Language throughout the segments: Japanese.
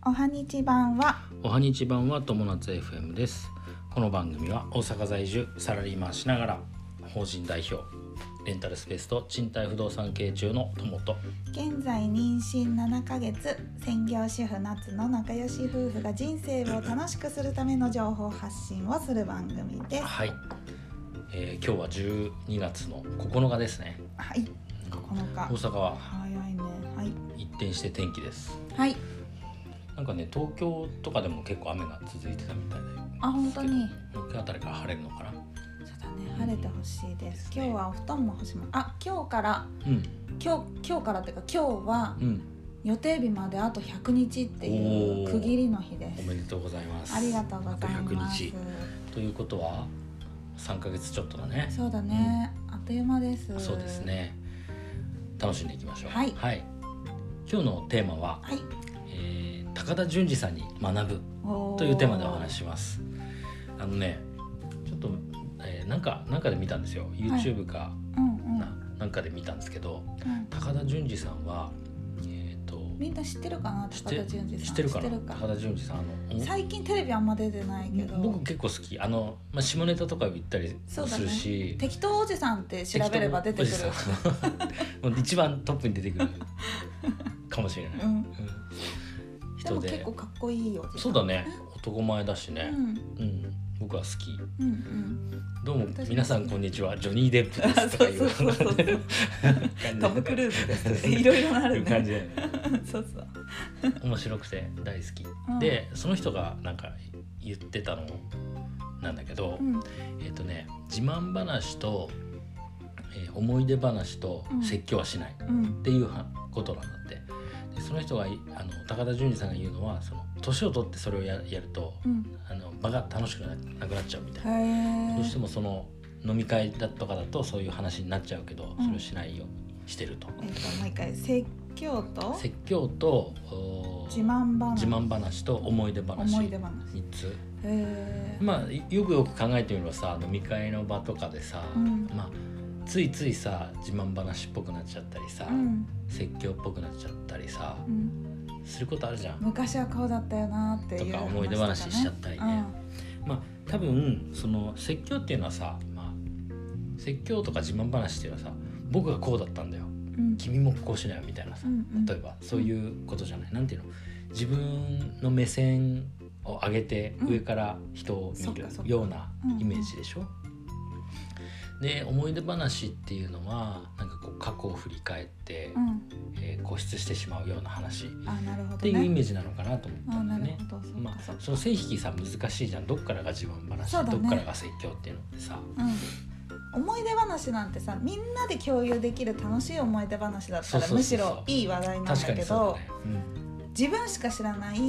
はにち版はおはにち版は友達 FM ですこの番組は大阪在住サラリーマンしながら法人代表レンタルスペースと賃貸不動産系中の友と現在妊娠7ヶ月専業主婦夏の仲良し夫婦が人生を楽しくするための情報発信をする番組ですはい、えー今日は12月の9日ですねはい大9日阪は早いねはい一転して天気ですはいなんかね東京とかでも結構雨が続いてたみたいであ本当に東京あたりから晴れるのかなそうだね晴れてほしいです今日はお布団も干しますあ今日からうん今日今日からっていうか今日はうん予定日まであと100日っていうおー区切りの日でおすめでとうございますありがとうございますあと100日ということは3ヶ月ちょっとだねそうだね、あっという間ですそうですね。楽しんでいきましょう。はい今日のテーマは、はいえー高田純次さんに学ぶおというテーマでお話しします。あのね、ちょっと、えーなんかなんかで見たんですよ。YouTube かうんうんな、なんかで見たんですけど、うん高田純次さんはえっ、とみんな知ってるかな知っ高て田純次さん知ってるかな高田純次さんあの。最近テレビあんま出てないけど僕結構好きあの、まあ、下ネタとか言ったりそうだすねるし、適当おじさんって調べれば出てくる 適当おじさんもう一番トップに出てくるかもしれない、うんうんで人もで結構かっこいいおじさんそうだね男前だしうね、んうん僕は好きうんうんどうも私も皆さんこんにちはジョニー・デップですとかいうそうそうそうそう感じトム・クルーズですそういろいろあいるう感じねでそうそう面白くて大好き、うんでその人がなんか言ってたのなんだけど、うんえっ、とね自慢話と、えー思い出話とうん説教はしない、うんっていうはことなんだってでその人がいあの高田純次さんが言うのはその年を取ってそれをややるとうんあの場が楽しくななくなっちゃうみたいへな、えどうしてもその飲み会だとかだとそういう話になっちゃうけど、うんそれをしないようにしてると、えっともう一回説教と説教とおー自慢話自慢話と思い出話思い出3話つへえまあいよくよく考えてみればさ飲み会の場とかでさ、うんまあついついさ自慢話っぽくなっちゃったりさ、うん説教っぽくなっちゃったりさ、うんすることあるじゃん、昔はこうだったよなっていうとか思い出話しちゃったりねまあ多分その説教っていうのはさ、まあ、説教とか自慢話っていうのはさ僕がこうだったんだようんうん君もこうしなよみたいなさうんうん例えばそういうことじゃないなんていうの自分の目線を上げてうん上から人をそ見っるかそっかようなうんイメージでしょ。で思い出話っていうのはなんかこう過去を振り返って、うんえー固執してしまうような話っあなるほてどいうイねメージなのかなと思ったあんだなよるね。ほどそうまかそうあ、かその線引きさ難しいじゃんどっからが自慢話、そうだねどっからが説教っていうのってさうん思い出話なんてさみんなで共有できる楽しい思い出話だったそうそうそうらむしろそういい話題なん確かだけにそうどだね、自分しか知らないう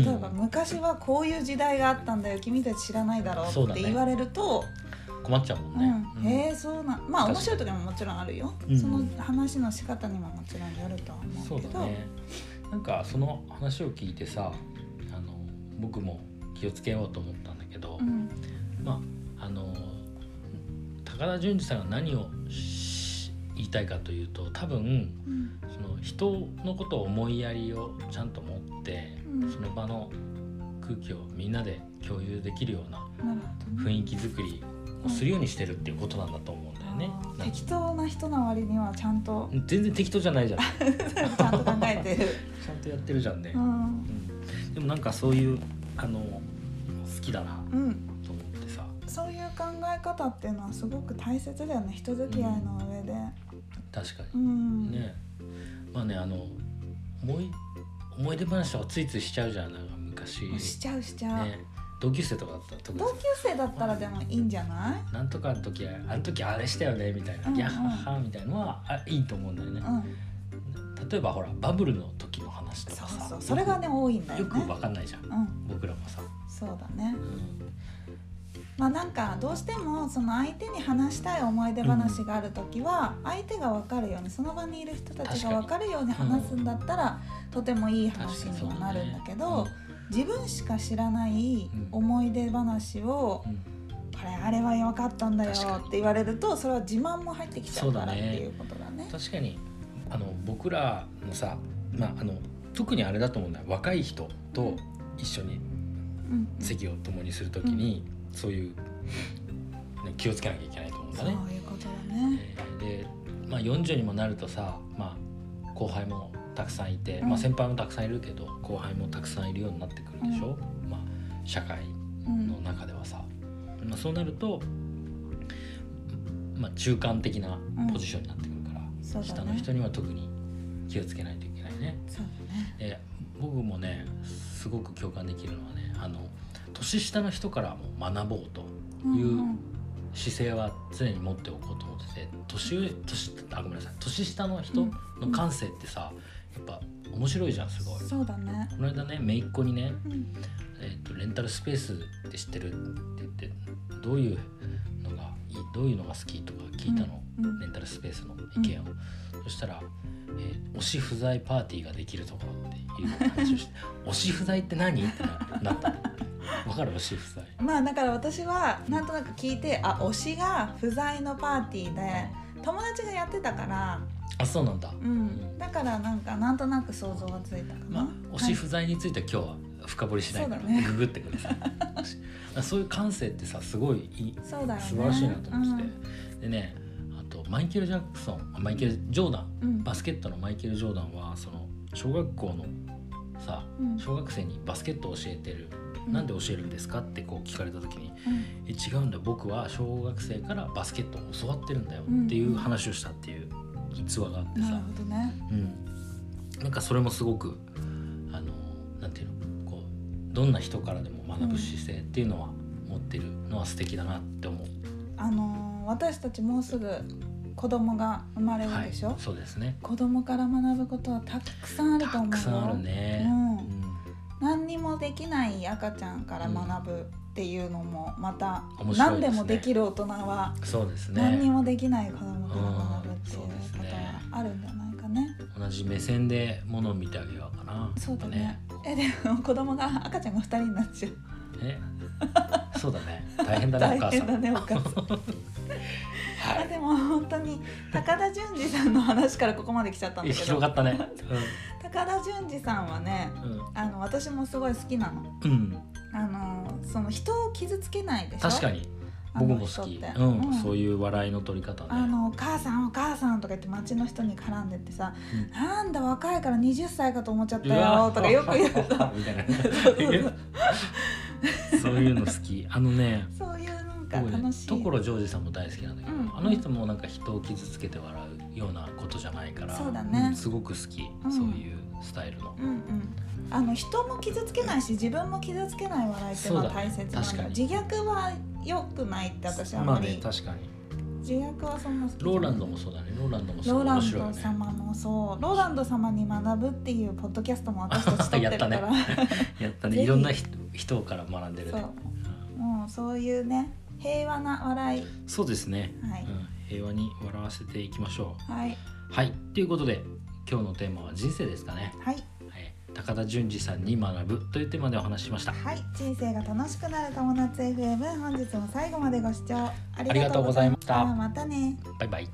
ん例えば昔はこういう時代があったんだよ君たち知らないだろそううだっねて言われるとうん困っちゃうもんうね、んうんへえそうなんまあ確かに面白い時ももちろんあるようんその話の仕方にももちろんよるとは思そううけだどねなんかその話を聞いてさあの僕も気をつけようと思ったんだけど、うんまああの高田純次さんが何をし言いたいかというと多分うんその人のことを思いやりをちゃんと持ってうんその場の空気をみんなで共有できるようななるほどね雰囲気作りをするようにしてるっていうことなんだと思うんだよね。あーなんか適当な人の割にはちゃんと全然適当じゃないじゃん。ちちゃんと考えて る、ゃんとやってるじゃんねう。んうんでもなんかそういうあの好きだなうん、と思ってさ、そういう考え方っていうのはすごく大切だよね人付き合いの上で、確かうにんね。まあねあの思い思い出話とかついついしちゃうじゃんなんか昔もうしちゃうしちゃう、ね同級生とかだったら特に同級生だったらでもいいんじゃないなんとかの時あの時あれしたよねみたいな、うんうんいやははみたいなのはあいいと思うんだよね。うん、例えばほらバブルの時の話とそかうさ、そうそれがね多いんだよよねくわかんないじゃん。うん僕らもさ、そうだねうんまあなんかどうしてもその相手に話したい思い出話がある時は相手が分かるようにその場にいる人たちが分かるように話すんだったらとてもいい話にはなるんだけど自分しか知らない思い出話をうん「これあれは良かったんだよ」確かにって言われるとそれは自慢も入ってきちゃうからっそうだねていうことだね。確かにあの僕らのさ、まあ、あの特にあれだと思うんだよ若い人と一緒うにんうん席を共にするときに、そういう、ね、気をつけなきゃいけないと思うんそだうね。いうことだね。えーで、まあ、40にもなるとさ、まあ、後輩もたくさんいて、うんまあ、先輩もたくさんいるけど後輩もたくさんいるようになってくるでしょ、まあ、社会うんの中ではさ、まあ、そうなると、まあ、中間的なポジションになってくるから、そうだ下ねの人には特に気をつけないといけないね。そうだね。で僕もねすごく共感できるのはねあの年下の人からも学ぼうとうんいうん姿勢は常に持っておこうと思ってて年上年あごめんなさい年下のう人んの感性ってさやっぱ面白いじゃんすごい。こそうだね。の間ね姪っ子にね、うんえっとレンタルスペースって知ってるって言ってどういうのがいいどういうのが好きとか聞いたの、うんうんレンタルスペースの意見を、そしたら、えー推し不在パーティーができるところっていう話 をして推し不在って何?」ってなったわかる推し不在。まあだから私はなんとなく聞いてあ推しが不在のパーティーで友達がやってたから、あそうなんだ、うん、だからなんかなんとなく想像がついたかな。まあ、推し不在については今日は深掘りしないから、そうだねググってく ださい推しそういう感性ってさすごいいいはいそうだよね。素晴らしいなと思ってて、でねあとマイケル・ジャクソンあマイケル・ジョーダンうん。うんバスケットのマイケル・ジョーダンはその小学校のさうん小学生にバスケットを教えてる、なんで教えるんですかってこう聞かれた時にうん「え違うんだ僕は小学生からバスケットを教わってるんだよ」っていう話をしたっていう逸話があってなるさ、ほどね。うん、なんかそれもすごくあのなんていうのこうどんな人からでも学ぶ姿勢っていうのは持ってるのは素敵だなって思う。あのー私たちもうすぐ子供が生まれるはい、でしょ。そうですね子供から学ぶことはたくさんあるとた思うよ。くさんあるね。うんうん何にもできない赤ちゃんから学ぶっていうのもまた、面白い何でですねもできる大人はそうです何にねもできない子供から学ぶっていううこんそうですとねはあるんじゃないかね。同じ目線で物を見てあげようかなそうだね。えでも子供が赤ちゃんが二人になっちゃう。え そうだね大変だ大ねお母さ変だんねお母さん。はあでも本当に高田純次さんの話からここまで来ちゃ ったんいえだけ広どがったね高田純次さんはねうんうんあの私もすごい好きなの。うんあのその人を傷つけないでしょ確かにあ僕のも人好ってきうんうんそういう笑いの取り方あねの「お母さんお母さん」とか言って街の人に絡んでってさ「うんなんだ若いから20歳かと思っちゃったうわよ」とかよく言うの みたいなう そそういうの好きあのねそういうなんか僕ね楽しい、所ジョージさんも大好きなんだけど、うんあの人もなんか人を傷つけて笑うようなことじゃないからそうだねんすごく好き、うんそういうスタイルのうんうんあの人も傷つけないし自分も傷つけない笑いっていうのはそうだ大ね切なんだ確かに自虐は良くないって私はあんままあねり、確かに自虐はそんな好きじゃないローランドもそうだねローランドもすロごーいラ面ン白いよドね様もそうローランド様に学ぶっていうポッドキャストも私たち撮って やるっかたねら、やったぜねひいろんな人人から学んでるそねうもうそういうね平和な笑いうんそうですね、はいうん、平和に笑わせていきましょはいうはいということで今日のテーマは人生ですかね、はいえー高田純次さんに学ぶというテーマでお話ししましたはい、人生が楽しくなる友達 FM 本日も最後までご視聴ありがとうございましたまたねバイバイ